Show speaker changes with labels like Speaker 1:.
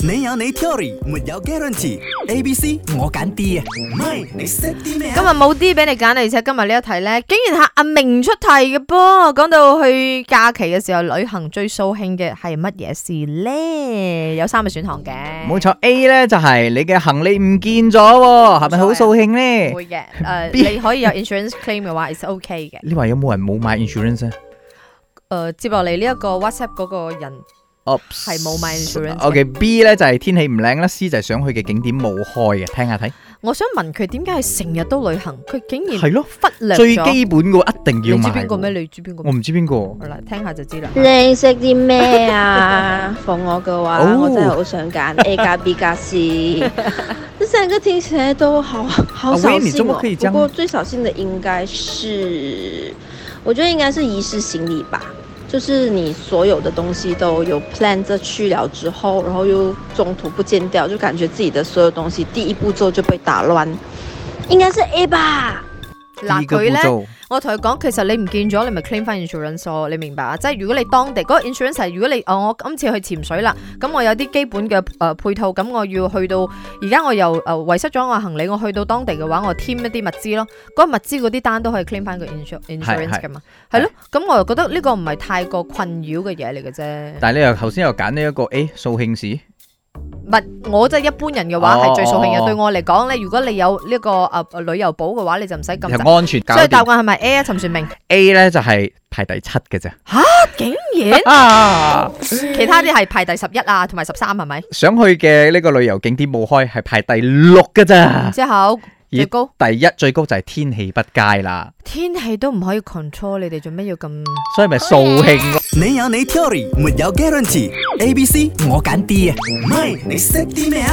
Speaker 1: 你有你 theory，沒有 guarantee。A、B、C 我揀 D 啊，唔係你識啲咩啊？
Speaker 2: 今日冇啲俾你揀，而且今日呢一題呢，竟然係阿明出題嘅噃。講到去假期嘅時候，旅行最掃興嘅係乜嘢事呢？有三個選項嘅，
Speaker 3: 冇錯，A 咧就係你嘅行李唔見咗喎，係咪好掃興咧？
Speaker 2: 會嘅。誒，
Speaker 3: 邊
Speaker 2: 你可以有 insurance claim 嘅話，is OK 嘅。
Speaker 3: 你話有冇人冇買 insurance 啊？
Speaker 2: 誒，接落嚟呢一個 WhatsApp 嗰個人 係冇買 insurance 嘅
Speaker 3: O K B 咧就係天氣唔靚啦，C 就係想去嘅景點冇開嘅，聽下睇。
Speaker 2: 我想問佢點解係成日都旅行，佢竟然
Speaker 3: 係咯
Speaker 2: 忽略
Speaker 3: 最
Speaker 2: 咗。
Speaker 3: 基本嘅一定
Speaker 2: 你
Speaker 3: 要
Speaker 2: 知
Speaker 3: 買。
Speaker 2: 邊個咩？？你知邊個
Speaker 3: 我
Speaker 2: 咩？
Speaker 3: 唔知邊個。
Speaker 2: 好啦，聽下就知 啦。
Speaker 4: 你識啲咩啊？ 放我嘅話，
Speaker 3: 哦
Speaker 4: 我真係好想揀 A 加 B 加 C。這三個聽起來都好好
Speaker 3: 啊喂
Speaker 4: 扫
Speaker 3: 你怎
Speaker 4: 兴
Speaker 3: 么
Speaker 4: 哦
Speaker 3: 可以。这
Speaker 4: 不
Speaker 3: 样
Speaker 4: 過最扫兴的應該是，我覺得應該是遺失行李吧。就是你所有的東西都有 plan 着去了之後，然後又中途不見掉，就感覺自己的所有東西第一步驟就被打亂。應該是 A 吧。
Speaker 2: 嗱，
Speaker 3: 個
Speaker 2: 佢
Speaker 3: 步
Speaker 2: 呢。
Speaker 3: 驟
Speaker 2: 我同佢講，其實你唔見咗，你咪 claim 翻 insurance 咯，你明白啊？即係如果你當地嗰、個 insurance 係如果你哦，我今次去潛水啦，咁我有啲基本嘅誒、呃配套，咁我要去到而家我又誒、呃、遺失咗我行李，我去到當地嘅話，我添一啲物資咯，嗰、物資嗰啲單都可以 claim 翻個 insur-
Speaker 3: 係
Speaker 2: insurance 噶嘛，係咯，咁我又覺得呢個唔係太過困擾嘅嘢嚟嘅啫。
Speaker 3: 但係你又頭先又揀呢一個 A 掃興事，
Speaker 2: 唔係，我即係一般人嘅話係最掃興嘅，
Speaker 3: 哦
Speaker 2: 對我嚟講咧，如果你有呢、個誒、呃旅遊保嘅話，你就唔使咁
Speaker 3: 又安全搞
Speaker 2: 所以答案
Speaker 3: 掂。
Speaker 2: 係咪 A 啊？陳雪明
Speaker 3: A 咧就係排第七嘅啫。
Speaker 2: 竟然。
Speaker 3: 啊，
Speaker 2: 其他啲係排第十一啊，同埋十三係咪？
Speaker 3: 想去嘅呢個旅遊景點冇開，係排第六嘅咋。
Speaker 2: 之後最高
Speaker 3: 第一最高就係天氣不佳啦，
Speaker 2: 天氣都唔可以 control，你哋做咩要咁？
Speaker 3: 所以咪掃興咯。
Speaker 1: 你有你 theory，沒有 guarantee。A、B、C 我揀 D 啊，唔係你識啲咩啊？